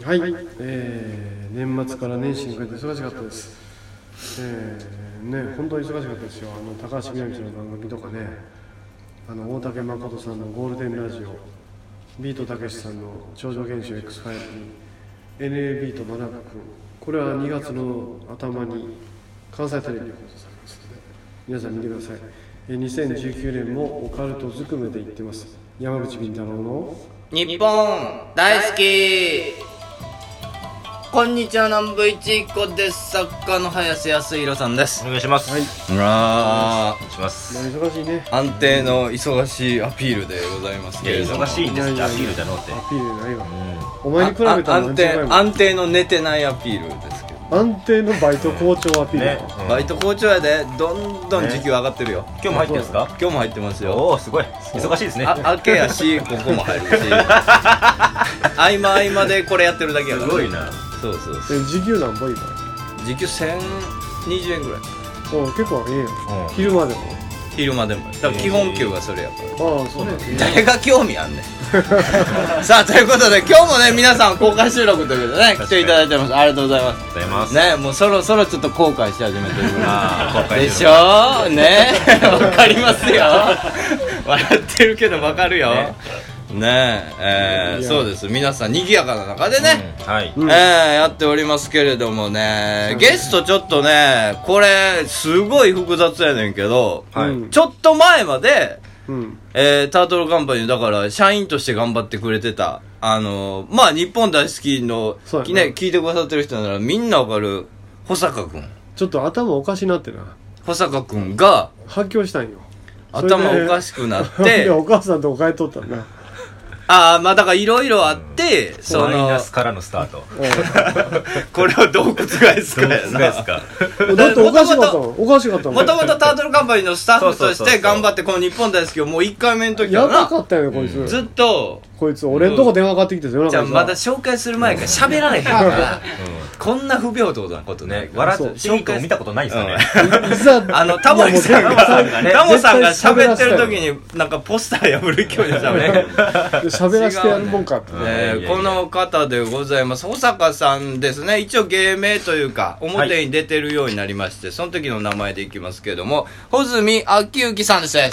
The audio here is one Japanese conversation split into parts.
はい、えー年末から年始にかけて忙しかったです、えーね本当に忙しかったですよあの高橋みなみさんの番組とかねあの大竹誠さんの「ゴールデンラジオ」ビートたけしさんの「超常現象 X ファイル」NA ビート真中君これは2月の頭に関西テレビで放送されますので皆さん見てくださいえー2019年もオカルトずくめで言ってます山口敏太郎の日本大好きこんにちは南部一子です作家の林康弘さんですお願いします。はいうわお願いします。まあ忙しいねー安定の忙しいアピールでございますいけやれども忙しいんですっいてやアいやいやピールだろうって。アピールないわうお前に比べたらあ何十安倍定も安定の寝てないアピールですけど安定のバイト好調アピん。ールだねわ、。バイト好調やでどんどん時給上がってるよ今日も入ってんですか？今日も入ってますよおおすごい。忙しいですね。あ明けやしここも入る し合間合間でこれやってるだけやすからごいな。そうそうそうえ時給なんぼいいから時給1020円ぐらいおう結構ええやん、ん昼までも昼間でもだから基本給がそれやからああそうだね誰が興味あんね んさあということで今日もね皆さん公開収録ということでね確か来にていただいてますありがとうございまございますす。ねもうそろそろちょっと後悔し始めてるぐらああ公い開でしょーね わかりますよ笑ってるけどわかるよねねええーいやそうです皆さん賑やかな中でね、うんはい。うんえー、やっておりますけれどもね、ゲストちょっとね、これ、すごい複雑やねんけど、はいうんちょっと前まで、うんえー、タートルカンパニー、だから、社員として頑張ってくれてた、あのーまあ、日本大好きの、そうやきなね、聞いてくださってる人なら、みんなわかる、保坂くん。ちょっと頭おかしなってな保坂くんが、発狂したんよ頭おかししく なっいてや、お母さんとお帰っとったなああ、まあ、だから、いろいろあって、そマイのナ、スからのスタート。これをどう覆すかどうやですかな。うんだっておかしかった もんおかしかったもんもともとタートルカンパニーのスタッフとそしうそうそうそてう頑張ってこの日本大好きをもう1回目の時やばかはったよねこいつ、なずっとこいつ俺んとこ電話かかってきて夜じゃ中あにまだ紹介する前から喋られへんからこんな不平等なことうん。ねね笑そうってシンクを見たことないですよね。い ざあのタモリさんいやもうが絶対タモさんが絶対喋らっせてたるよ時になんかポスター破る勢いで喋る喋らせてやるもんかって、違うねえーこの方でございます保坂さんですね一応芸名というか表に出てるようになりまして、その時の名前でいきますけども穂積昭之さんですはい。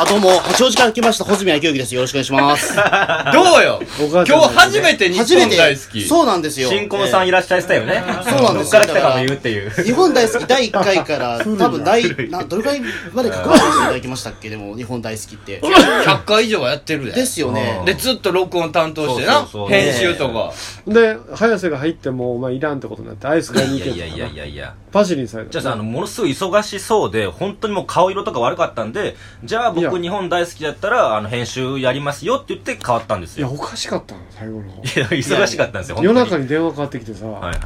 あ、どうも、八王子から来ました、穂積明之です。よろしくお願いします。 どうよお母今日ちゃん初めて日初め本て大好き。そうなんですよ。新婚さんいらっしゃいしたよね。そうなんですどよっから来たかも言うっていう。えー日本大好き第1回から、多分第、な、どれくらいまで関わらせていただきましたっけでも、日本大好きって。 100回以上はやってるで。ですよねうん。で、ずっと録音担当してな。そうそうそう編集とか。で早瀬が入ってもうお前いらんってことになってアイス買いにい行やけといやかいなやいやいや。パシリにされたじゃあさあのものすごい忙しそうで本当にもう顔色とか悪かったんでじゃあいや僕日本大好きだったらあの編集やりますよって言って変わったんですいやよおかしかったの最後の方いや忙しかったんですよ夜中にに電話かかってきてさ、はいはい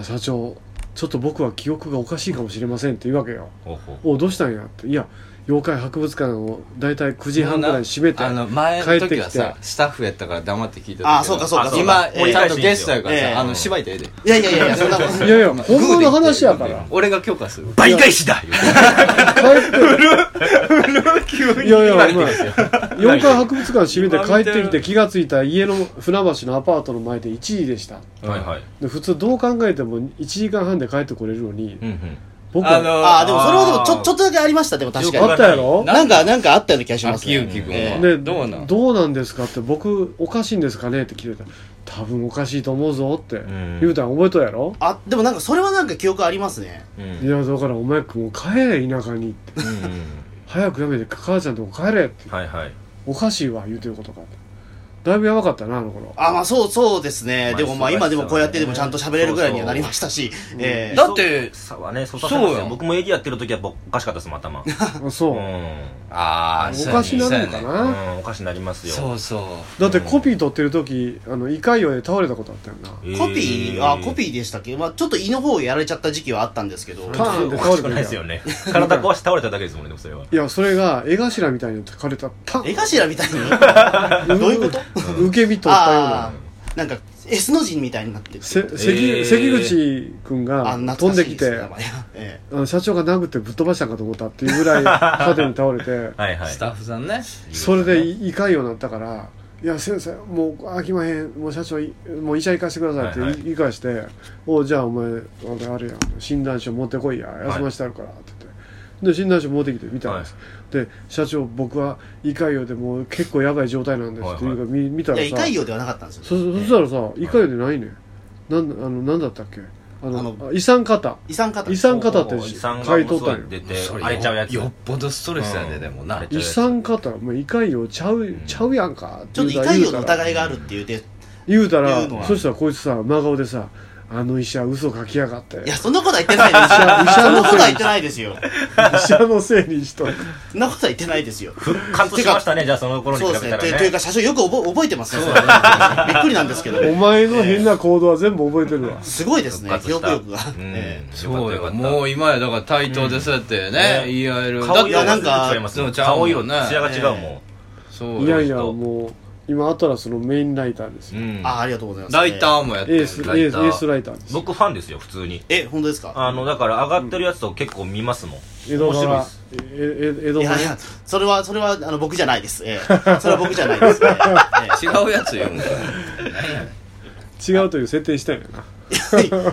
あ社長ちょっと僕は記憶がおかしいかもしれませんって言うわけよほうほうおどうしたんやっていや妖怪博物館を大体9時半ぐらいに閉めてあの、前の時は帰ってさき、スタッフやったから黙って聞いてたけど。あそうかそうかそう今か、もうちゃんとゲストやからええさ、あの、芝居でええで。いやいやいやいや、そんなことないいやいや本物の話やから俺が許可する。倍返しだ言うて帰っていやい やお前妖怪博物館閉めて今帰見てってるきて気がついた家の船橋のアパートの前で1時でしたはいはいで普通どう考えても1時間半で帰ってこれるのにうんうん僕あはあの、ー、でもそれはでも、ちょ、ちょっとだけありました、でも確あよくかったやろに。なんか、なんかあったような気がします秋ね。幸君えは。でどうなんどうなんですかって僕おかしいんですかねって聞いてた多分おかしいと思うぞってん言うたん覚えとるやろあ、でもなんか、それはなんか記憶ありますね。うんいやだからお前もう帰れ田舎にってうんうん早くやめて母ちゃんとこ帰れってはいはいおかしいわ言うてることかだいぶやばかったなあの頃あ、まあ、そう、そうですね。まあでもまあ、今でもこうやってでもちゃんと喋れるぐらいにそうはそなうりましたし。えだってそうはねそうさせますよそうよ僕もエディやってる時は僕おかしかったですもん頭あそううんああ、おかしなるのかそうやねなうんおかしになりますよそうそだってコピー取ってる時あの胃潰瘍で倒れたことあったよなえーコピー、あ、コピーでしたっけまあ、ちょっと胃の方やられちゃった時期はあったんですけど。パーンって倒れおかしくたないです時よね体壊して倒れただけですもんねでもそれはいやそれが絵頭みたいに書かれたパン絵頭みたい にどういうこと受け身取ったようあなあなんか S の字みたいになってるせ関,、えー関口君があ懐飛んかしでいきですてね名前えあの社長が殴ってぶっ飛ばしたんかと思った っていうぐらい縦に倒れてはいはう。いスタッフさんね。それで胃潰瘍になったからいや先生もう飽きまへんもう社長いもう医者行かせてくださいってはいはい言い返して「おじゃあお前あれあれや診断書持ってこいや休ましてあるから」って言ってで診断書持ってきて見たんです、で社長僕は胃潰瘍でもう結構やばい状態なんですっていうか、み見たいらやさ痛いようではなかったんですよそそしたらさ胃潰瘍でないねんなんあのなんだったっけあのあの胃酸過多遺産方遺産過多ってお遺産が書いともっうたそんよう出てそれ荒れちゃうやつよっぽどストレスやね、うんでもな荒れちゃう遺産過多もう胃潰瘍ちゃうちゃうやんかちょっと言痛うたらいようの言うたら疑いがあるって言うてい言うたら言うのはそしたらこいつさ真顔でさ「あの医者嘘書きやがってやそんなことは言ってないですよ 医者そのんなことはせい言ってないですよ医者のせいにしとるそんなことは言ってないですよ復活しましたねじゃあその頃にそう比でべすたねらというというねか社長よく覚覚えてますねそれびっくりなんですけどお前の変な行動は全部覚えてるわすごいですね復活記し憶た力が、うんええそうよかよったもう今やだから対等でそうやってね、うんね言い合える顔いや色ながん全か部違いますもんでもちゃうも顔んね色艶が違うもんそういやよいやもう今アトラスのメインライターですうよんああありがとうございます、ライターもやってエーるスエライースタエーースライターです僕ファンですよ普通にえ本当ですかあのだから上がってるやつと結構見ますもん江戸面白い川ですええ江戸い川やねいやそれはそれはあの僕じゃないです、ええ、それは僕じゃないです、ええ違うやつよもう違うという設定したんやな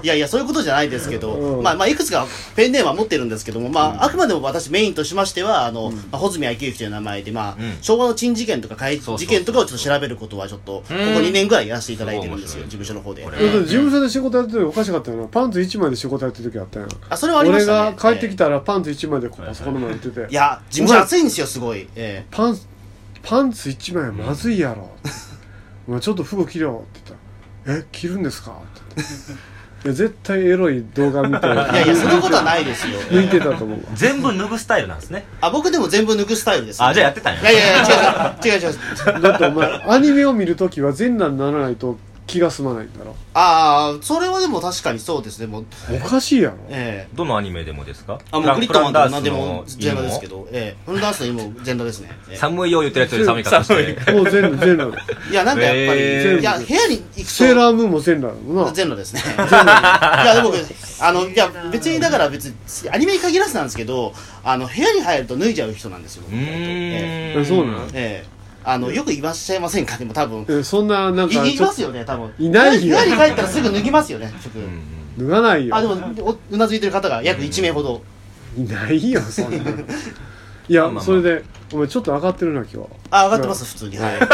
いやいや、そういうことじゃないですけど、うんまあ、まあ、いくつかペンネームは持ってるんですけども、まあ、あくまでも私メインとしましては、あの、まあ、穂積昭之という名前で、まあ、うん昭和の珍事件とか怪そうそう事件とかをちょっと調べることは、ちょっと、ここ2年ぐらいやらせていただいてるんですよ、うん事務所の方で。だって事務所で仕事やってる時おかしかったよなパンツ1枚で仕事やってる時あったやんあ、それはありま俺したがね。帰ってきた。たらパンツ1枚でこうパソコンの前に行ってていや、事務所暑いんですよ、すごい。えパンツパンツ1枚はまずいやろお前ちょっと服着ろって言ったら「え着るんですか?」って言っていや絶対エロい動画見てい えいやいや、そんなことはないですよ。抜いてたと思うわ全部脱ぐスタイルなんですねあ、僕でも全部抜くスタイルです、あじゃあやってたんやいやいやいや、違う違う違う違う。だってお前アニメを見るときは全裸にならないと気が済まないんだろああ、それはでも確かにそうですね、もう。おかしいやろええどのアニメでもですかあ、もうグリッドマンとか何でフランダもースの全裸ですけど、ええ、フンダースの今も全裸ですね。ええ寒いよ言ってるやつより寒い格好してもう全裸全裸いや、なんかやっぱり、ええいや、部屋に行くと、セーラームーンも全裸だもんな全裸ですね。いや、でも僕、あの、いや、別にだから別に、アニメに限らずなんですけど、あの、部屋に入ると脱いじゃう人なんですよ、僕う意外とええーえんそうなのええあの、よくいらっしゃいませんかでも多分。えそんななんいかいちょまっすよね、多分。いないよ部屋に帰ったらすぐ脱ぎますよね、服。うんと脱がないよあ、でも、おうなずいてる方が約1名ほど。いないよそんな のいや、まあまあそれでお前ちょっと上がってるな今日あ、上がってます、普通に。はい。いや、上が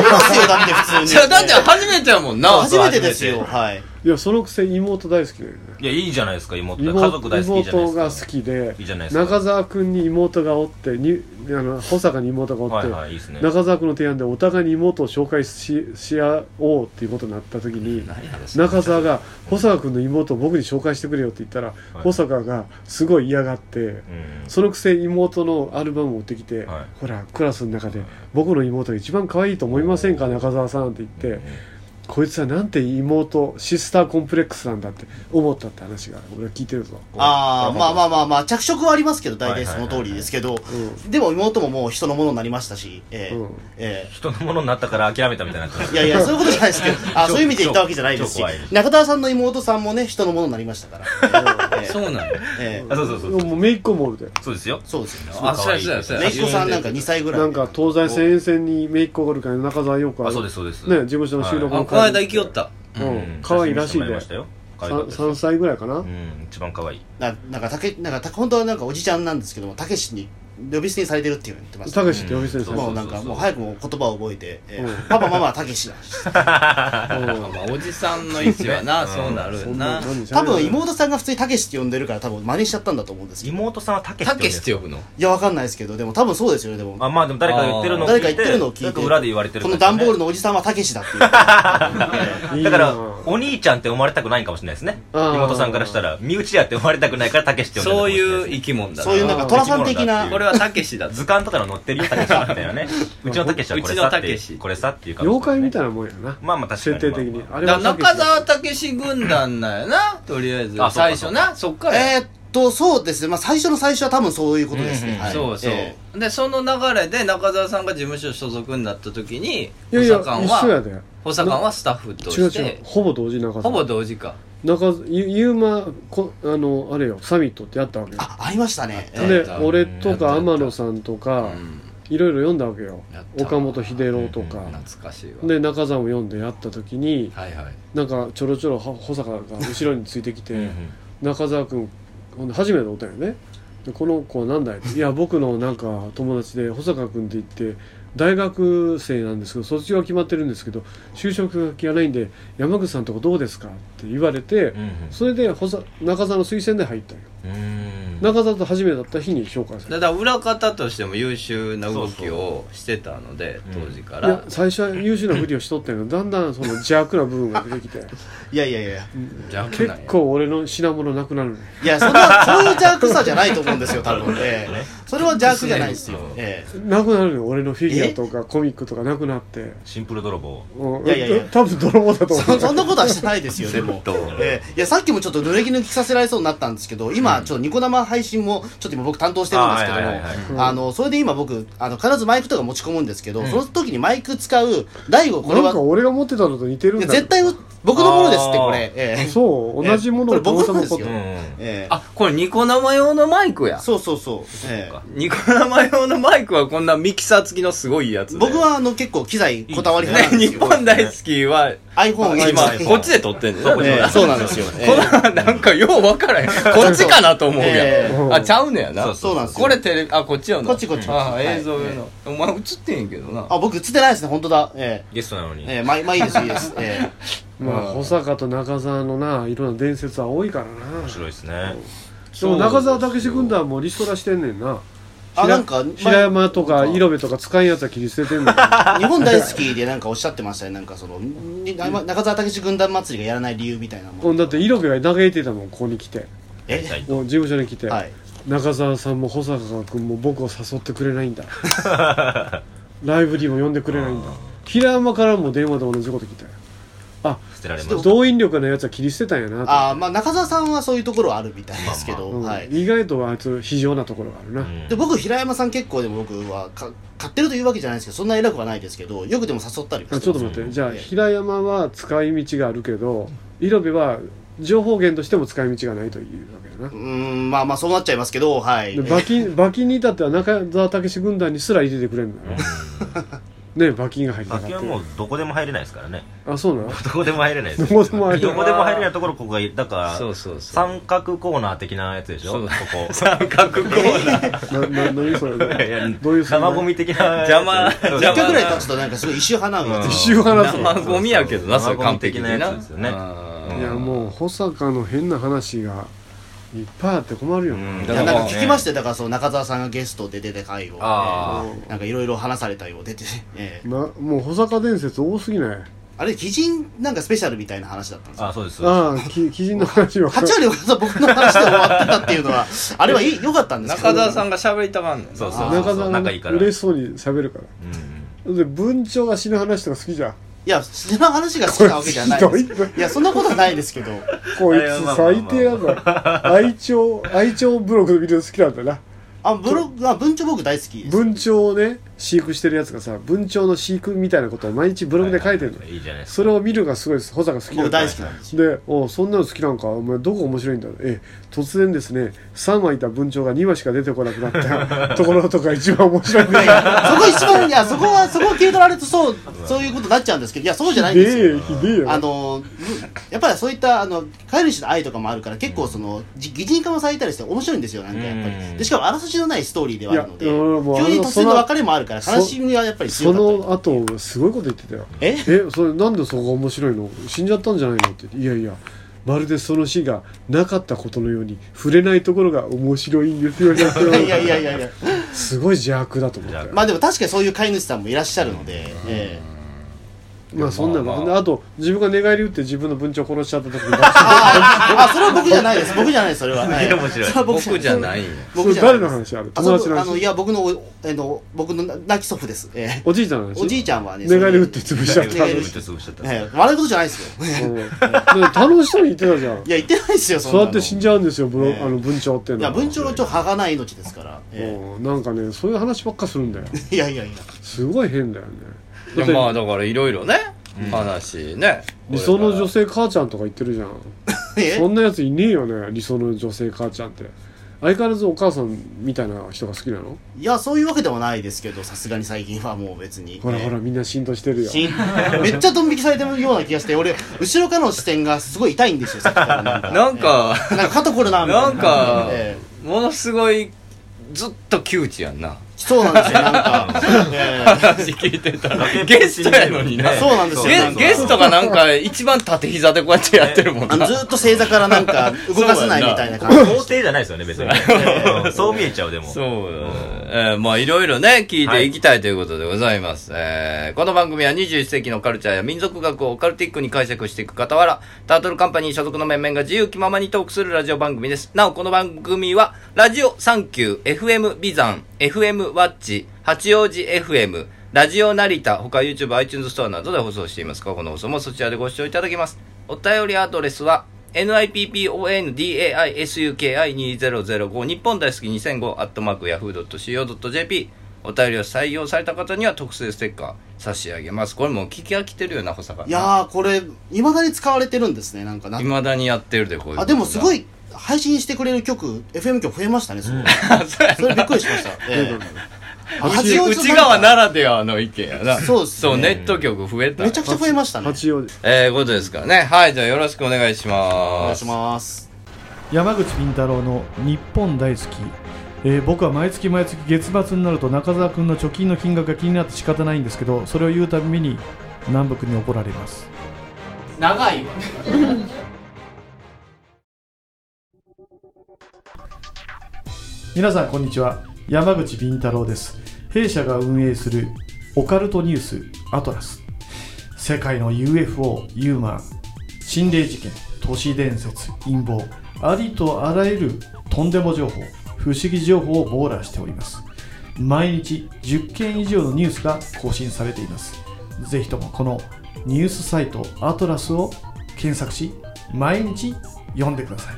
りますよ、だって普通に。じゃあだって初めてやもんな初めてですよ、初めはい。いやそのくせ妹大好きだよねいやいいじゃないですか妹妹家族大好きじゃない妹がです好かきでいいじゃないですか中澤君に妹がおってにあの保坂に妹がおっはて、いはいいいですね中澤君の提案でお互いに妹を紹介しし合おうっていうことになった時に中澤が保坂君の妹を僕に紹介してくれよって言ったら、い保坂がすごい嫌がって、うんそのくせ妹のアルバムを持ってきて、はいほらクラスの中で僕の妹が一番可愛いと思いませんか中澤さんって言って、こいつはなんて妹シスターコンプレックスなんだって思ったって話が俺は聞いてるぞ、ああ、まあまあまあまあ、着色はありますけど、大体はそいはいのはいはい通りですけど、うでも妹ももう人のものになりましたし、ええうんえ人のものになったから諦めたみたいになってますえいやいや、そういうことじゃないですけど、あそういう意味で言ったわけじゃないです超し怖いで、す中田さんの妹さんもね、人のものになりましたから。ええそうなのええあそうそうそうもうめいっ子もおるでそうですよそうですよね。あすごい可そうや愛いそうやそうめやいっ子さんなんか2歳ぐらい。なんか東西線沿線にめいっ子がおるから中澤陽子はあそうですそうですね事務所の収録あこの間行きよったううんん可愛いらしい写真見でせてもらいましたよ可愛かったです3歳ぐらいかな、うん一番可愛いななんか、たけ、なんか、た本当はなんかおじちゃんなんですけども、たけしに呼び捨てにされてるっていうのを言ってましたた。けしって呼び捨てにされてもうるなんか、もう早くもう言葉を覚えて、ええうんパパママはたけしだ。まあまあおじさんの位置はなそうなるそよんななんなんじゃな多い分妹さんが普通にたけしって呼んでるから多分真似しちゃったんだと思うんですけど妹さんはたけしたって呼んけでるしって呼ぶのいやわかんないですけどでも多分そうですよねでもあまあでも誰かが言ってるのを聞い誰てか言ってるのを聞なんいてか裏で言われてるこの感じ段ねボールのおじさんはたけしだっていういいなだからお兄ちゃんって思われたくないかもしれないですねあー妹さんからしたら身内やって思われたくないからたけしって呼んでるのそうかもしれないですうね生き物だそういうなんか寅さん的あなこれはたけしだ図鑑とかの載ってるよたけしはみたいなねうちのたけしはこれさっうちのたていうけしこれさっていう感じ妖怪みたいいなもんやなまあまあ確かに設定的にまあまああれだはからたけし中澤たけし軍団なんやなとりあえずあそう最かそ初うかなそっからやえーっとそうですねまあ最初の最初は多分そういうことですうんねうんはいそうそう、えでその流れで中澤さんが事務所所属になった時にいやい補や佐官一緒やはで補佐官はスタッフと違うして違うほぼ同時に中澤ほぼ同時か中澤ゆゆうまこあのあれよサミットってやったわけよえあありましたねえやでった俺とやったやかった天野さんとかういろいろ読んだわけよやった岡本秀郎とか、懐かしいわで中山を読んでやった時にはいはいなんかちょろちょろは保坂が後ろについてきてうんうん中澤君ほんで初めておったよねでこの子は何だいっていや僕のなんか友達で保坂君って言って大学生なんですけど卒業は決まってるんですけど就職が嫌ないんで山口さんとこどうですかって言われてうんそれで保坂中澤の推薦で入ったようんうん中澤と初めてだった日に紹介されだから裏方としても優秀な動きをしてたのでそうそう当時かたいやら最初は優秀なふりをしとったんやけどだんだんその邪悪な部分が出て きていやいやいや邪悪結なんや構俺の品物なくなるのいやそんなそういう邪悪さじゃないと思うんですよ多分ええそれは邪悪じゃないですよそうええなくなるの俺のフィギュアとかコミックとかなくなってシンプル泥棒うんいやいやいや多分泥棒だと思そ そんうなことはしてないですよでもずっとええいやさっきもちょっと濡れ衣抜きさせられそうになったんですけど今ちょっとニコ生配信もちょっと今僕担当してるんですけどあもはいはいはいはいあのそれで今僕あの必ずマイクとか持ち込むんですけど、その時にマイク使う大悟これなはんか俺が持ってたのと似てるんいだけどや絶対僕のものですってあーこれええそう同じものえをえこれ僕のまですよこうんええあこれニコ生用のマイクやそうそうそう、ええニコ生用のマイクはこんなミキサー付きのすごいやつで僕はあの結構機材こだわりね派なんです日けど、 本大好きは iPhone が今、今こっちで撮ってんねんなええそうなんですよ、えこのなんかよう分からへん。こっちかなと思うえやえん。あ、ちゃうねやな。そうえそうなんですよこれテレビ、あ、こっちやな。こっちこっちあ、はい映像用の。お前映ってんやけどな。あ僕映ってないですね本当だえゲストなのえにええまあまあいいですいいです、ええまあ保坂と中澤のないろんな伝説は多いからな面白いですねでも中澤武志軍団はもうリストラしてんねんなあひらなんか平山とか色部とか使いやつは切り捨ててん の日本大好きでなんかおっしゃってましたねなんかそのにな中澤武志軍団祭りがやらない理由みたいなもうんんだって色部が嘆いてたもんここに来てえはいうん事務所に来て、はい中澤さんも保坂君も僕を誘ってくれないんだライブにも呼んでくれないんだ平山からも電話で同じこと来たよあ捨てられました動員力のやつは切り捨てたんやなとああまあ中澤さんはそういうところはあるみたいですけど、うんはい意外とあいつ非常なところがあるな、うんで僕平山さん結構でも僕はか買ってるというわけじゃないですけどそんな偉くはないですけどよくでも誘ったりはしてあますちょっと待ってじゃあええ平山は使い道があるけど色部は情報源としても使い道がないというわけだなうーんまあまあそうなっちゃいますけどはいで馬琴馬琴に至っては中澤武志軍団にすら入れてくれるんだよね馬琴が入ってなかっ先はもうどこでも入れないですからね たあそうなの どこでも入れないですどこでも入れないどこでも入れないところここがいいだからそうそうそう。三角コーナー的なやつでしょそこう こ三角コーナー。なな何それどういやいう存在生ゴミ的な邪魔そう邪3魔日ぐらい経つとなんかすごい一周花をやってうんる一周話すの生ゴミやけどな、それ完璧に生ゴな。ミ的なやつですよねうんいやもう保坂の変な話がいっぱいあって困るよな、うんいやなんか聞きまししたよだからその中澤さんがゲストで出て会をあーなんかいろいろ話されたよう出て、ええなもう保坂伝説多すぎないあれ鬼人なんかスペシャルみたいな話だったんですよあそうですそうであすあき鬼人の話は8割はさ僕の話で終わってたっていうのはあれはいい良かったんですけど中澤さんが喋りたがんねんな。そうそうそう中澤が仲いいから嬉しそうに喋るからうんで文鳥が死ぬ話とか好きじゃんいやその話が好きなわけじゃないこれひでどいすいやそんなことはないですけどこいあいやまつあまあまあ最低なん だ愛鳥愛鳥ブログのビデオ好きなんだなあブログあ文鳥僕大好きです文鳥をね飼育してるやつがさ文鳥の飼育みたいなことを毎日ブログで書いてるの、いいじゃないですかそれを見るがすごいです保坂好き僕んだ大好きなんですよで「おうそんなの好きなんかお前どこ面白いんだ」ええ突然ですね3羽いた文鳥が2羽しか出てこなくなった ところとか一番面白いんいやいだやそこ一番いやそこはそこを切り取られるとそうそういうことになっちゃうんですけどいやそうじゃないんひですでえよよひでえよあのぶやっぱりそういったあの飼い主の愛とかもあるから結構そのじ擬人化もされたりして面白いんですよなんかやっぱうんりでしかもあらすじのないストーリーではあるのでいや俺もあの急に突然の別れもあるからそ悲しみはやっぱりそ強かったりの後すごいこと言ってたよええそれなんでそこが面白いの死んじゃったんじゃないのっていやいやまるでその死がなかったことのように触れないところが面白いんですよ いやいやいやいやすごい邪悪だと思ったよ邪悪まあでも確かにそういう飼い主さんもいらっしゃるので、ええまあそんなの、まあまあほんであ、と自分が寝返り打って自分の文鳥を殺しちゃった時にああそれは僕じゃないです僕じゃないですそれは、はいや面白いそれは僕じゃいないんや。僕じゃそないれ誰でのす話あるあ友そ達うのあの話いや僕のおえの僕の亡き祖父です、ええおじいちゃんの話おじいちゃんはね寝返り打っそてれ潰しちゃっ寝た返り打ちょっと潰しちゃったええ笑うことじゃないですようんで楽しそうに言ってたじゃんいや言ってないですよそんそなうやのって死んじゃうんですよ、ブロええあの文鳥っていういのやは文鳥のちょっと儚い命ですから、えうんなんかねそういう話ばっかするんだよえいやいやいやすごい変だよねいだやってまあだからいろいろね、話ね。理想の女性母ちゃんとか言ってるじゃんえそんなやついねえよね理想の女性母ちゃんって相変わらずお母さんみたいな人が好きなのいやそういうわけではないですけどさすがに最近はもう別にほらほらみんな浸透してるよしんめっちゃドン引きされてるような気がして俺後ろからの視点がすごい痛いんですよさっきからなんかなんかええなんか肩こるなみたいななんかええものすごいずっと窮地やんなそうなんですよなんか、ええ話聞いてたらゲストやのになあそうなんですよゲゲストがなんか一番縦膝でこうやってやってるもんなあのずーっと正座からなんか動かせないみたいな感じ想定じゃないですよね、別に。ええ そう見えちゃう、でも。そう、えーまあいろいろね、聞いていきたいということでございます。えーこの番組は21世紀のカルチャーや民族学をオカルティックに解釈していく傍ら、タートルカンパニー所属の面々が自由気ままにトークするラジオ番組です。なお、この番組は、ラジオサンキュー、FM ビザン、FM ワッチ、八王子 FM、ラジオ成田、他 YouTube、iTunes ストアなどで放送しています過去の放送もそちらでご視聴いただけます。お便りアドレスは、nippondai.suki2005 日本大好き2005アットマーク yahoo.co.jp お便りを採用された方には特製ステッカー差し上げますこれもう聞き飽きてるよな保坂いやーこれいまだに使われてるんですねなんかないまだにやってるでこういうことあでもす ごい配信してくれる曲 FM 曲増えましたねすご いそれびっくりしました、ええうち八王子の内側ならではの意見やなそうですねネット局増えためちゃくちゃ増えましたね八王子えー、ことですからねはいじゃあよろしくお願いしお願まいすします山口敏太郎の日本大好き、えー僕は毎月毎月月末になると中澤君の貯金の金額が気になって仕方ないんですけどそれを言うたびに南北に怒られます長いわ皆さんこんにちは山口敏太郎です弊社が運営するオカルトニュースアトラス世界の UFO ユーマー心霊事件都市伝説陰謀ありとあらゆるとんでも情報不思議情報を網羅しております毎日10件以上のニュースが更新されていますぜひともこのニュースサイトアトラスを検索し毎日読んでください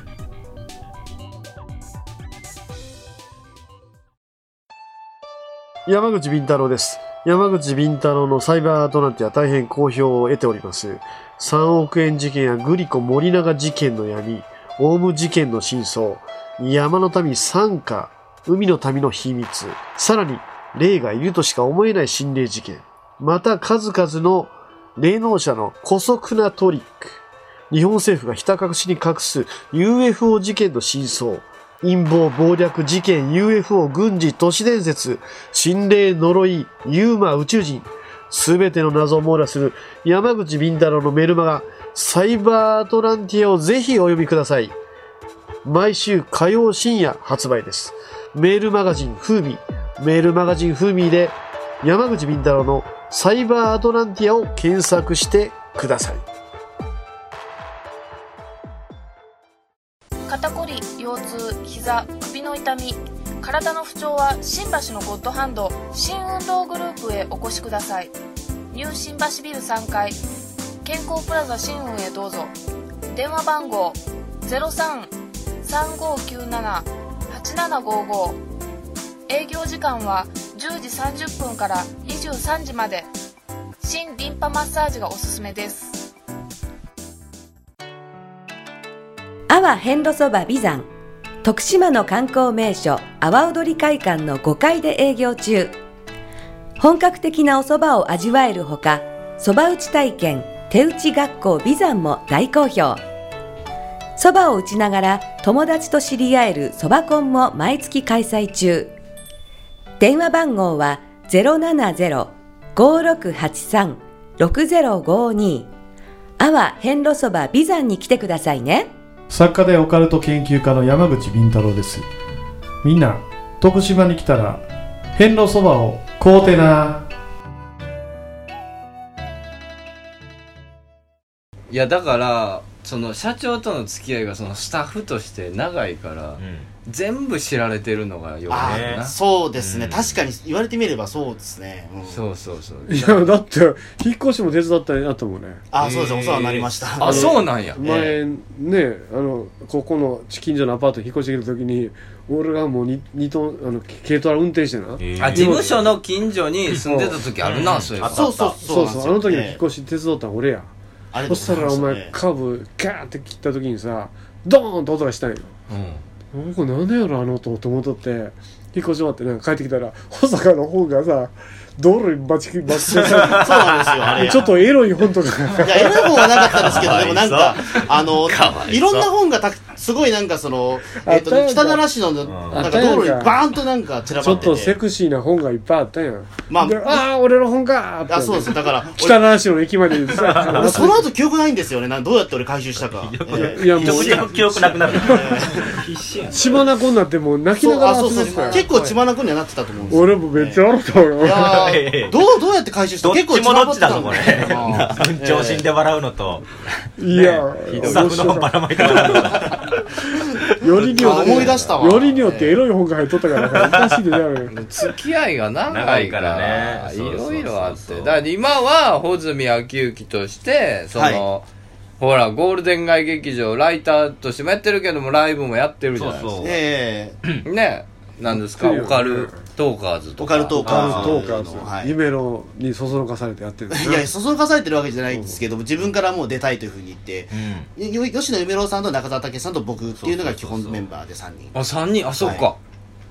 山口敏太郎です。山口敏太郎のサイバーアトランティア大変好評を得ております。3億円事件やグリコ森永事件の闇、オウム事件の真相、山の民参加、海の民の秘密、さらに霊がいるとしか思えない心霊事件、また数々の霊能者の古速なトリック、日本政府がひた隠しに隠す UFO 事件の真相、陰謀、暴略、事件、UFO、軍事、都市伝説、心霊、呪い、ユーマ、宇宙人、すべての謎を網羅する山口敏太郎のメルマガ、サイバーアトランティアをぜひお読みください。毎週火曜深夜発売です。メールマガジンフーミー、メールマガジンフーミーで山口敏太郎のサイバーアトランティアを検索してください。肩こり腰痛膝首の痛み体の不調は新橋のゴッドハンド新運動グループへお越しくださいニュー新橋ビル3階健康プラザ新運へどうぞ電話番号0335978755営業時間は10時30分から23時まで新リンパマッサージがおすすめです阿波遍路そば美山徳島の観光名所阿波踊り会館の5階で営業中本格的なお蕎麦を味わえるほか蕎麦打ち体験手打ち学校美山も大好評蕎麦を打ちながら友達と知り合える蕎麦コンも毎月開催中電話番号は070-5683-6052阿波遍路そば美山に来てくださいね作家でオカルト研究家の山口敏太郎ですみんな徳島に来たら遍路そばを買うてなはいやだからその社長との付き合いがそのスタッフとして長いからうん全部知られてるのがよくああるーなそうですね、うん確かに言われてみればそうですね、うんそうそうそういや、だって、引っ越しも手伝ったりあったもんね。あーそうですえーねお世話になりましたあそうなんや前、ね、あの、ここの近所のアパート引っ越してきた時に、俺がもうに二トン、あの、軽トラ運転してな。ええあ事務所の近所に住んでた時あるなうんそういえばあそうそうそそううなんそうであすよの時の引っえ越し手伝ったの俺や、えありそがしたとうございらまおす前カーブガーって切った時にさドーンと音がしたんようん僕なんでやろあの音と思っとって引っ越し終わってなんか帰ってきたら保坂の本がさ道路にバチバチそうなんですよ、あれ。ちょっとエロい本とかいや、エロい本はなかったんですけど、でもなんか、あのかわい、そういろんな本がたく、すごいなんかその、えっとあったやんね、か北奈良市の、あっなんかたやんか道路にバーンとなんか散らちばょっってとセて。クシーな本がいっぱいあったやんまあでああ俺の本かーってあ、そうです。だから、北七市の駅まで 行って俺、さ俺その後記憶ないんですよね。なんどうやって俺回収したか。えいやもう一瞬記憶なくなる。必死やん。血まなこになってもう泣きそなう、があ、らそう遊そうべてたよ結構血まなこにはなってたと思うんですよ。俺もめっちゃあったいよやーどう、どうやって回収したどっ結構ちもどっちだぞ、これ。血まなこだったんだよな 文鳥死んで笑うのと、いやねスタッフの本ばらまいて笑うのだ。よりによって思い出したわよりによってエロい本が入っとったからさおかしいでねあれ付き合いが長いから長いからねいろいろあっそてうそうそうそだうから今は穂積昭之としてその、はほらゴールデン街劇場ライターとしてもやってるけどもライブもやってるじゃないですかそうええ、ねなんですかそうよオカルトーカーズとオかカルトーカーあのトーカのはーいズ夢のにそそのかされてやってるんだいや、そそ のかされてるわけじゃないんですけども、自分からもう出たいというふうに言って、よ吉野夢郎さんと中澤武さんと僕っていうのが基本メンバーで3人。あ三人あそっか、は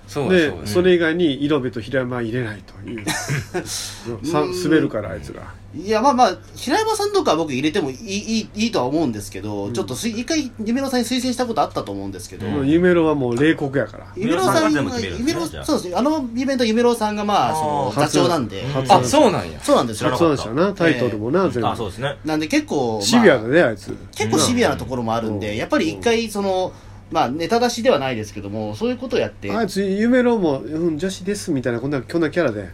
そうやそうでやそれ以外に色部と平山は入れないと いうさ滑るからあいつがいや、まあまあ、平山さんとかは僕入れてもいいいいいいとは思うんですけど、ちょっとすい一回夢郎さんに推薦したことあったと思うんですけど、もう夢のはもう冷酷やから夢郎さんが、夢郎さんが全部決めるんですね夢郎じゃあそうですねあのイベント夢郎さんがまあ、その、座長なんで、初あそうなんやそうなんですよ。初なんですよなタイトルもな全あ、そう部ですね。なんで結構、まあシビアだねあいつ結構シビアなところもあるんで、やっぱり一回その、まあ、ネタ出しではないですけどもそういうことをやってあいつ夢のも、うん、女子ですみたいなこんなこんなキャラで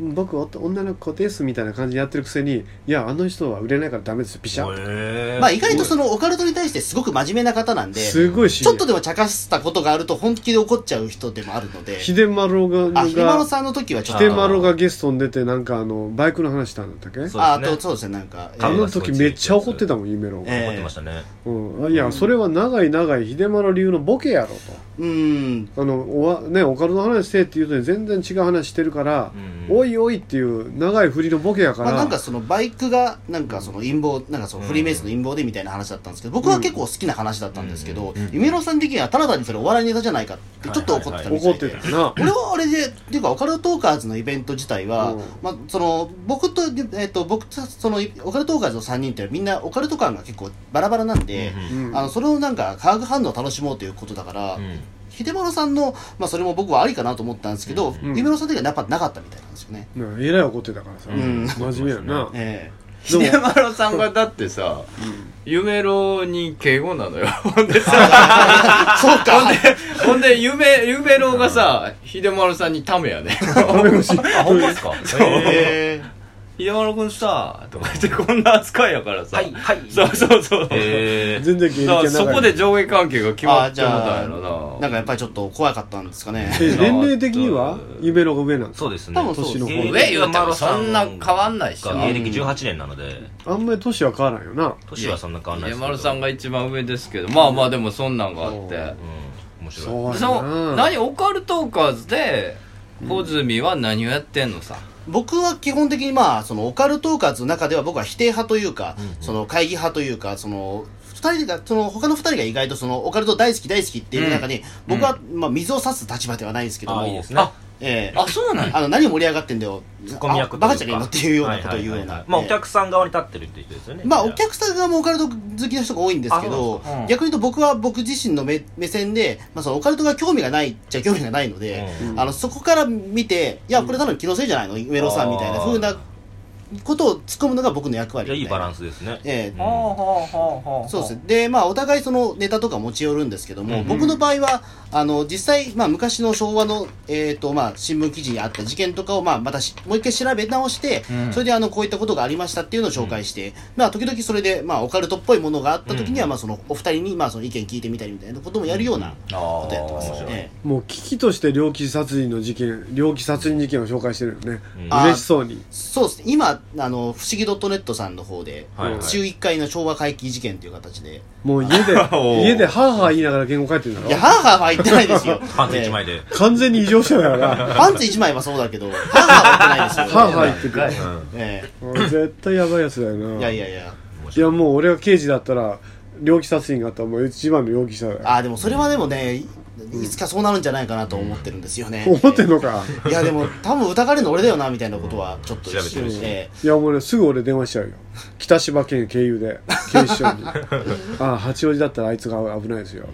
うん僕お女の子ですみたいな感じでやってるくせにいやあの人は売れないからダメですよピシャへーまあ、意外とそのオカルトに対してすごく真面目な方なんで、すごいシちビアょっとでも茶化したことがあると本気で怒っちゃう人でもあるので、秀丸があ、ひまろがさんの時はちょっ秀と、丸がゲストに出てなんかあのバイクの話したんだったっけそうああですねと、そうですね、なんか、えあーの時めっちゃ怒ってたもん夢の、え怒ってましたね。うん、いやそれは長い長い秀丸流のボケやろうーん、とあのおわねオカルトの話してって言うと全然違う話してるから、うんおいおいっていう長い振りのボケやかまら、あ、なんかそのバイクが、なんかその陰謀、なんかそのフリーメイスの陰謀でみたいな話だったんですけど、僕は結構好きな話だったんですけど、夢郎さん的にはただ単にそれお笑いネタじゃないかって、ちょっと怒ってたみた怒いで。ってたよな俺はあれで、っていうか、オカルトーカーズのイベント自体は、うんまあ、その、僕と、えっ、と、僕と、その、オカルトーカーズの3人ってみんなオカルト感が結構バラバラなんで、うんあの、それをなんか化学反応を楽しもうということだから、ん秀丸さんの、まあ、それも僕はありかなと思ったんですけど、ん夢郎さん的にはやっぱなかったみたいなんですよね。なえらい怒ってたからさ、ん真面目やな、えでも秀丸さんがだってさ、夢郎に敬語なの よ。ほんでさ、えそうか。ほんで、夢、夢郎がさ、秀丸さんにためやね。あ、ほんまですかへえ秀丸くんさ、とか言ってこんな扱いやからーさ。はい、はい。そうそうそう。へー全然芸だ人かじらゃなそいこで上下関係が決ー、まあっちじゃうゃあ、んだよなんかやっぱりちょっと怖かったんですかね。え年齢的には夢の方が上なんですそうですね。多分そうです年の方な。上言うてもそんな変わんないしがな。芸歴18年なので、あんまり年は変わらんよな年はそんな変わんない秀ですけど。丸さんが一番上ですけど、まあまあでもそんなんがあって。うん、面白い。そうそやう、な何、オカルトーカーズで、穂積は何をやってんのさ。僕は基本的にまあそのオカルトーカーズの中では僕は否定派というか、その会議派というかその二人がその他の二人が意外とそのオカルト大好き大好きっていう中に、僕は、まあ、水を差す立場ではないですけどもあいいですね。あ、ええあ、そうなんや。あの何盛り上がってんだよツッコミ役というかあバカじゃねえのっていうようなことを言うようはいはいはいなはいまあ、えおえ客さん側に立ってるって人ですよね。まあお客さん側もオカルト好きな人が多いんですけあそうどですかうん逆に言うと僕は僕自身の目目線で、まあ、そのオカルトが興味がないっちゃ興味がないので、あのそこから見ていやこれただの気のせいじゃないの上野さんみたいなふうなことを突っ込むのが僕の役割いや、いいバランススですね。ええうんそうですねでまあお互いそのネタとか持ち寄るんですけども、僕の場合はあの実際、まあ、昔の昭和の、えーとまあ、新聞記事にあった事件とかを、まあ、またしもう一回調べ直して、それであのこういったことがありましたっていうのを紹介して、まあ、時々それで、まあ、オカルトっぽいものがあった時には、まあ、そのお二人に、まあ、その意見聞いてみたりみたいなこともやるようなことやってます、ええもう危機として猟奇殺人の事件猟奇殺人事件を紹介してるよね、ん嬉しそうにそうですね今あの不思議 .net さんの方で、はいはい週1回の昭和回帰事件という形でもう家で家でハーハー言いながら言語書いてるんだいやろはあはあはあ言ってない ですよパンツ1枚で。完全に異常者だからええパンツ1枚はそうだけどはあはあは言ってないですよハーハー言ってくるええうん絶対やばいやつだよないやいやいや。いやもう俺が刑事だったら猟奇殺人があったらもう一番の猟奇者だよああ、でもそれはでもね、いつかそうなるんじゃないかなと思ってるんですよね。思ってんのかいやでも多分疑われるの俺だよなみたいなことはちょっと調べてるしえいやもうねすぐ俺電話しちゃうよ北芝県経由で警視庁にああ八王子だったらあいつが危ないですよ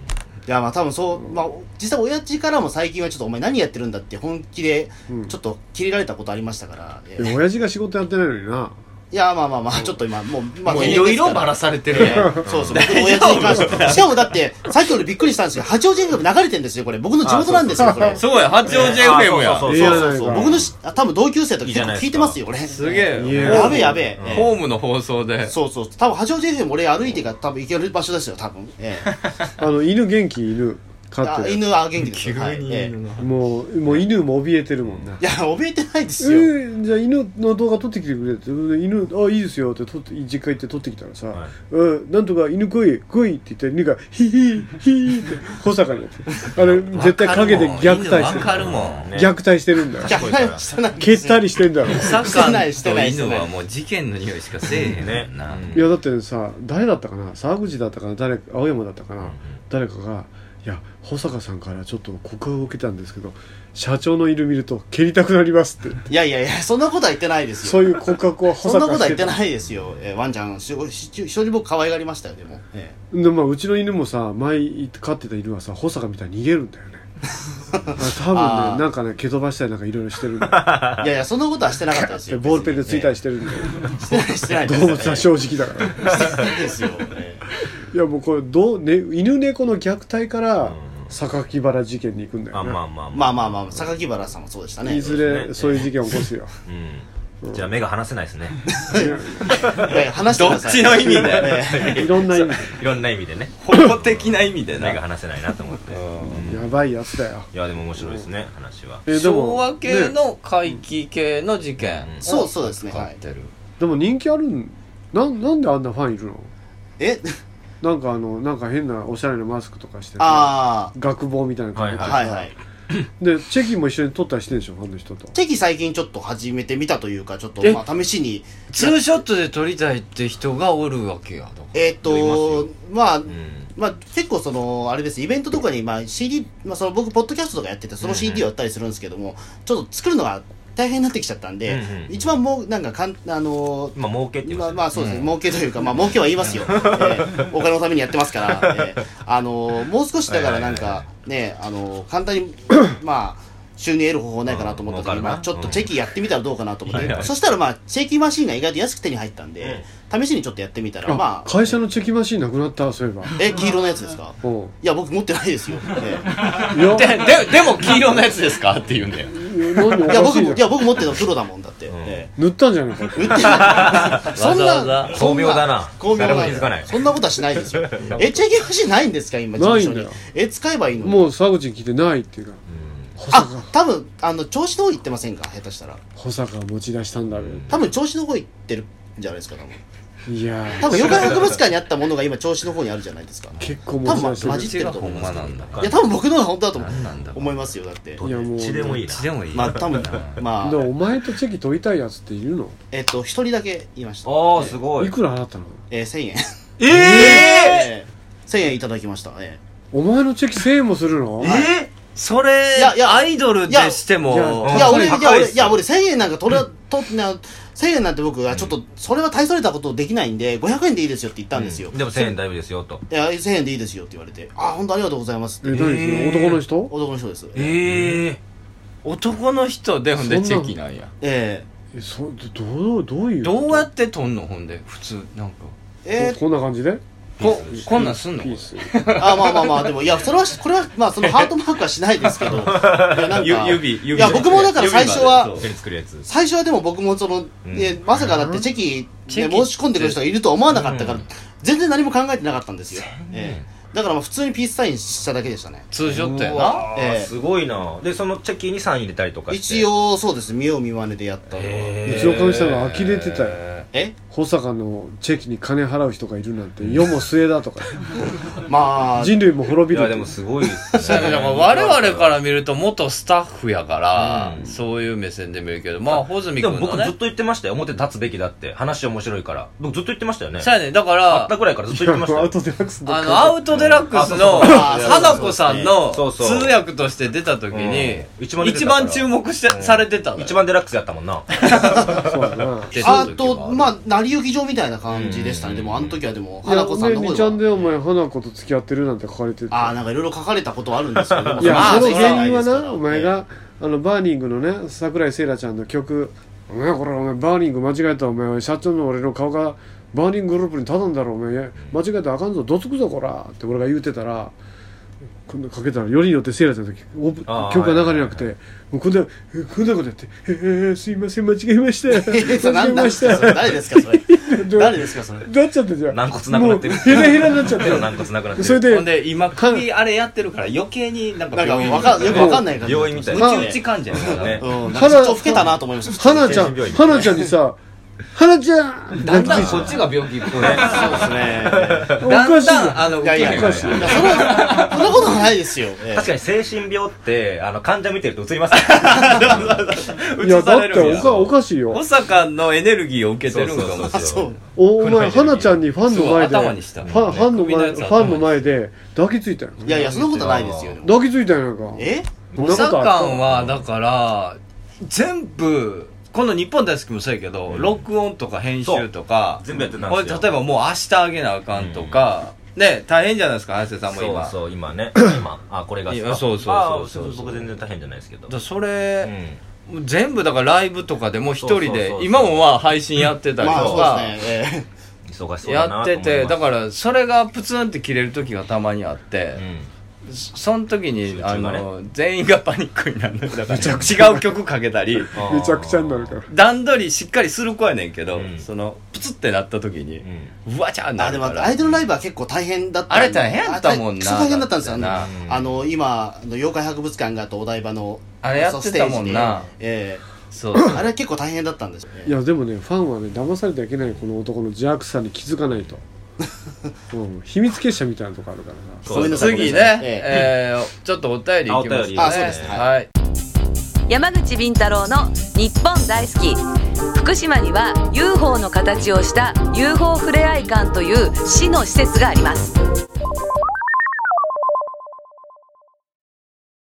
えいやまあ多分そう、まあ実際親父からも最近はちょっとお前何やってるんだって本気でうんちょっと切れられたことありましたから、ええいや親父が仕事やってないのにないやまあまあまあちょっと今もうまあもういろいろばらされて るやん。そうそう、僕の親父に関しては。しかもだって、さっき俺びっくりしたんですけど、八王子 FM 流れてるんですよ、これ。僕の地元なんですよ、これ。すごい、八王子 FM や。そういそうやそうないか僕のし、あ多分同級生とかいいじ結ゃ構ないですか聞いてますよ、俺。すげえよ。いややべえやべえ。ええホームの放送で。そうそう。多分八王子 FM 俺歩いてから多分行ける場所ですよ、多分。ええ。あの犬元気犬飼っあてる犬は元気ですよ。はいええもうもう犬も怯えてるもんねいや、怯えてないでえすよ。ー、じゃあ犬の動画撮ってきてくれって犬あいいですよって撮って実家行って撮ってきたらさ、はいうん、なんとか犬来い来いって言って犬がヒーヒーって小坂にやってあ れ絶対陰で虐待してわるかるもん。ね虐待してるん だよいや、してない蹴ったり。りしてんだろサしッてカないしてなーいと犬はもう事件の匂いしかせえへんねんな。いやだってさ誰だったかな沢口だったかな誰青山だったかな、誰かがいや保坂さんからちょっと告白を受けたんですけど社長の犬見ると蹴りたくなりますっていやいやいや、そんなことは言ってないですそよ。ういう告白は保そんなこ坂としは言てってたないですよ。ええワンちゃん、しし非常に僕可愛がりましたよ、でも。ええでまあうちの犬もさ前飼ってた犬はさ保坂みたいに逃げるんだよねあ多分あーねなんかね蹴飛ばしたりなんかいろいろしてるんだいやいや、そんなことはしてなかったですよよ。ボールペンでついたりししてるんだよてない、してないです。動物は正直だからですよ、ね。いやもうこれどう、ね、犬猫の虐待から榊原事件に行くんだあよねまあまあままあ、あまあまあ、榊原さんもそうでしたね。いずれそそうういうです事件を起こすようん、じゃあ目が離せないですねええ話してくどだっさい。ちの意味だよ。 いろんな意味 いろんな意味でね保護的な意味で目がな。離せないなと思って、うんいやばいやつだよやでも面白いですね話はえでも昭和系ねの怪奇系の事件う。んそうそうですね。は買っい。てる。でも人気あるんなんなんであんなファンいるの えなんかあのなんか変なおしゃれなマスクとかしてさあ学帽みたいな感じあ、で、はいはい。でチェキも一緒に撮ったりしてるでしょファンの人とチェキ最近ちょっと始めてみたというか、ちょっとえまあ試しに、ツーショットで撮りたいって人がおるわけや。だからいえーっますとよ、まあう、んまあ結構その、あれです、イベントとかに、まあ CD、まあその僕、ポッドキャストとかやってて、その CD をやったりするんですけども、ちょっと作るのが大変になってきちゃったんでうん、うん一番もう、なんかかん、あのー、今儲けって言いままあ、すまあそうですね、儲けというか、まあ儲けは言い ますよ、えーお金のためにやってますから、えーあのーもう少しだからなんはいはいか、ね、あのー簡 単に、まあ、収入得る方法ないかなと思った時うに、ん儲かるなまあ、ちょっとチェキやってみたらどうかなと思っはいはて、いそしたら、まあ、チェキマシンが意外と安く手に入ったんで、試しにちょっとやってみたら、あ、まあ、会社のチェキマシーンなくなったそういえばえ、黄色のやつですか おういや、僕持ってないですよ。え いやで、で、でも黄色のやつですかって言うんだよ。何おーいや、かし僕いも、いじゃや、ん僕持ってるの黒だもんだって。えー塗ったんじゃない かって売ってない。そんな、わざわざそん巧妙だな巧妙だ誰も気づかないそんなことはしないで すよ。え、チェキ欲しいないんですか今、事ないんだよ務所に。え、使えばいいのにもう沢口に聞いてないっていうか保坂あ、多分、あの、調子の方行ってませんか下手したら。保坂が持ち出したんだべ多分、調子の方行ってるんじゃないですか、多分。いやー多分、横浜博物館にあったものが今、調子の方にあるじゃないですか。 結構多持分、ちま出して混るじってると思いますこっちが本間なんだいや、多分僕の方が本当だと思う何なんだ思いますよ、だってど。いやもうっちでもいいどなっちでもいい。まあ、多分、までもあ、お前とチェキ取りたいやつっているのえっと、一人だけ言いました。ああすごいいくら払ったのえー、1000円。ええー !1000 円いただきました。えお前のチェキ1000円もするのえそれいやいやアイドルでしてもいやいやーいや、俺、いや、高いっ俺、すいや、俺、1000円なんか取れ、取ってな、1000円なんて僕はちょっと、それは大それたことできないんで、500円でいいですよって言ったんですよ。でも1000円大丈夫ですよといや、1000円でいいですよって言われて、あ、本当ありがとうございますえって。何それ男の人男の人です。えええ男の人でほんでそんなチェキなんやええそどうどういうどうやって撮んのほんで普通なんかえこんな感じでここんなんすんのピースーあ、まあまあまあ、でも、いや、それは、これは、まあ、そのハートマークはしないですけど、いや、なんゆか、指指いや、僕もだから最初は、手に作るやつ最初はでも僕もその、んえまさかだってチェキ、チェね、キ申し込んでくる人がいるとは思わなかったから、全然何も考えてなかったんですよ。ええだからまあ普通にピースサインしただけでしたね。ツーショットやうなわえーえすごいなでそのチェキにサイン入れたりとかして一応、そうです。見よう見まねでやったのは。うちのかみさんが呆れてたよえ保坂のチェキに金払う人がいるなんて世も末だとかまあ、人類も滅びいるや、とでもすごいですだかね。ら我々から見ると元スタッフやから、うんそういう目線で見るけど、まあ、穂積でも君の僕ずっねと。言ってましたよ。表立つべきだって。話面白いから。僕ずっと言ってましたよね。さあね、だかあらった、ぐらいからずっと言ってましたアウよ。トデラックスのあの、アウトデラックスの、あそうそうそう花子さんのそう通そう訳として出た時うにん、一番出て一たから番注目して、されてたのよ。一番デラックスやったもんな。そうだな出たあ時もと、まあ、成り行き上みたいな感じでしたね。でも、あの時はでも、花子さんのいや方俺にちゃんででお前花子と付き合ってるなんて書かれててああ、なんかいろいろ書かれたことはあるんですけど、いや、まあそのそ原因うはじゃいですかな、らお前が、あの、バーニングのね、桜井聖羅ちゃんの曲、お前、これ、お前、バーニング間違えた、お前、社長の俺の顔が、バーニンググループに立たんだろ、お前、間違えたらあかんぞ、どつくぞ、こらって俺が言うてたら、今度かけたら、よりによって聖羅ちゃんの曲あー曲が流れなくて、もうこんな、えこんなことやって、えー、すいません、間違えました。え それ間違え何なんまでしすかそれた。誰ですかそ れ誰ですかそれなっちゃってじゃん。軟骨なくなってるもうヘラヘラになっちゃって 手の軟骨なくなってそれる。でほん、で、今、首あれやってるから余計になんかなんか病院わかんよくわかんない感じ病院みたい内な。々患者やからねね。うん、なんかちょっと老けたなと思いました花ちゃん、精神病院花ちゃんにさ、花ちゃんってだん泣きつだいんちゃこうっちが病気っぽい。そうですねおだかんしいじゃだんん、あの、いやいやおかしいいやそんなそんなことはないですよ、ええ確かに精神病って、あの、患者見てると映りますからいや、映ださっれてるんおやかおかしいよ保。坂のエネルギーを受けてるんかもしれあんそうおお前、車花にちゃんにファンの前で、そう頭にしたファンファンの首の前やつフ頭ァにンの前で抱きついたよ。いやいやそんなことはないですよでも抱きついたよ、なんか。えそん保なこと坂あ館っは、だから、全部、この日本大好きもそうやけど、録音とか編集とか、全部やってたんこでれす例よ。えばもう明日あげなあかんとか、ね、大変じゃないですか、林瀬さんも今。 そうそう、今ね。今。あ、これがっすか。いやそうそうそうあそうそう僕全然大変じゃないですけどだか。らそうれ、ん。全部だからライブとかでもう一人そうそうでそうそう今もまあ配信やってたりまあとそか、うですね、え忙しそうだやなっとて思いまてす。、だかららそれがプツンって切れる時がたまにあって、そその時集にあ中がねの全員がパニックになる だから違う曲かけたりためちゃくちゃになるから。段取りしっかりする子やねんけど、うんそのプツってなった時にう、ん。うわちゃーえなあでるもからアイドルライブは結構大変だったあれ大変やったもんなあれ大変だったんですよあのだってなあの今あの妖怪博物館があったお台場のあれやってたもんなステージでえそうえあれは結構大変だったんですよねいや、でもね、ファンはね、騙されてはいけない、この男の邪悪さに気づか ないと。うん、秘密結社みたいなとこあるからな。ごめんなさい次ごめんなねさ、いええーちょっとお便りいきまあおす便ねりあそうですねはい山口敏太郎の日本大好き福島には UFO の形をした UFO ふれあい館という市の施設があります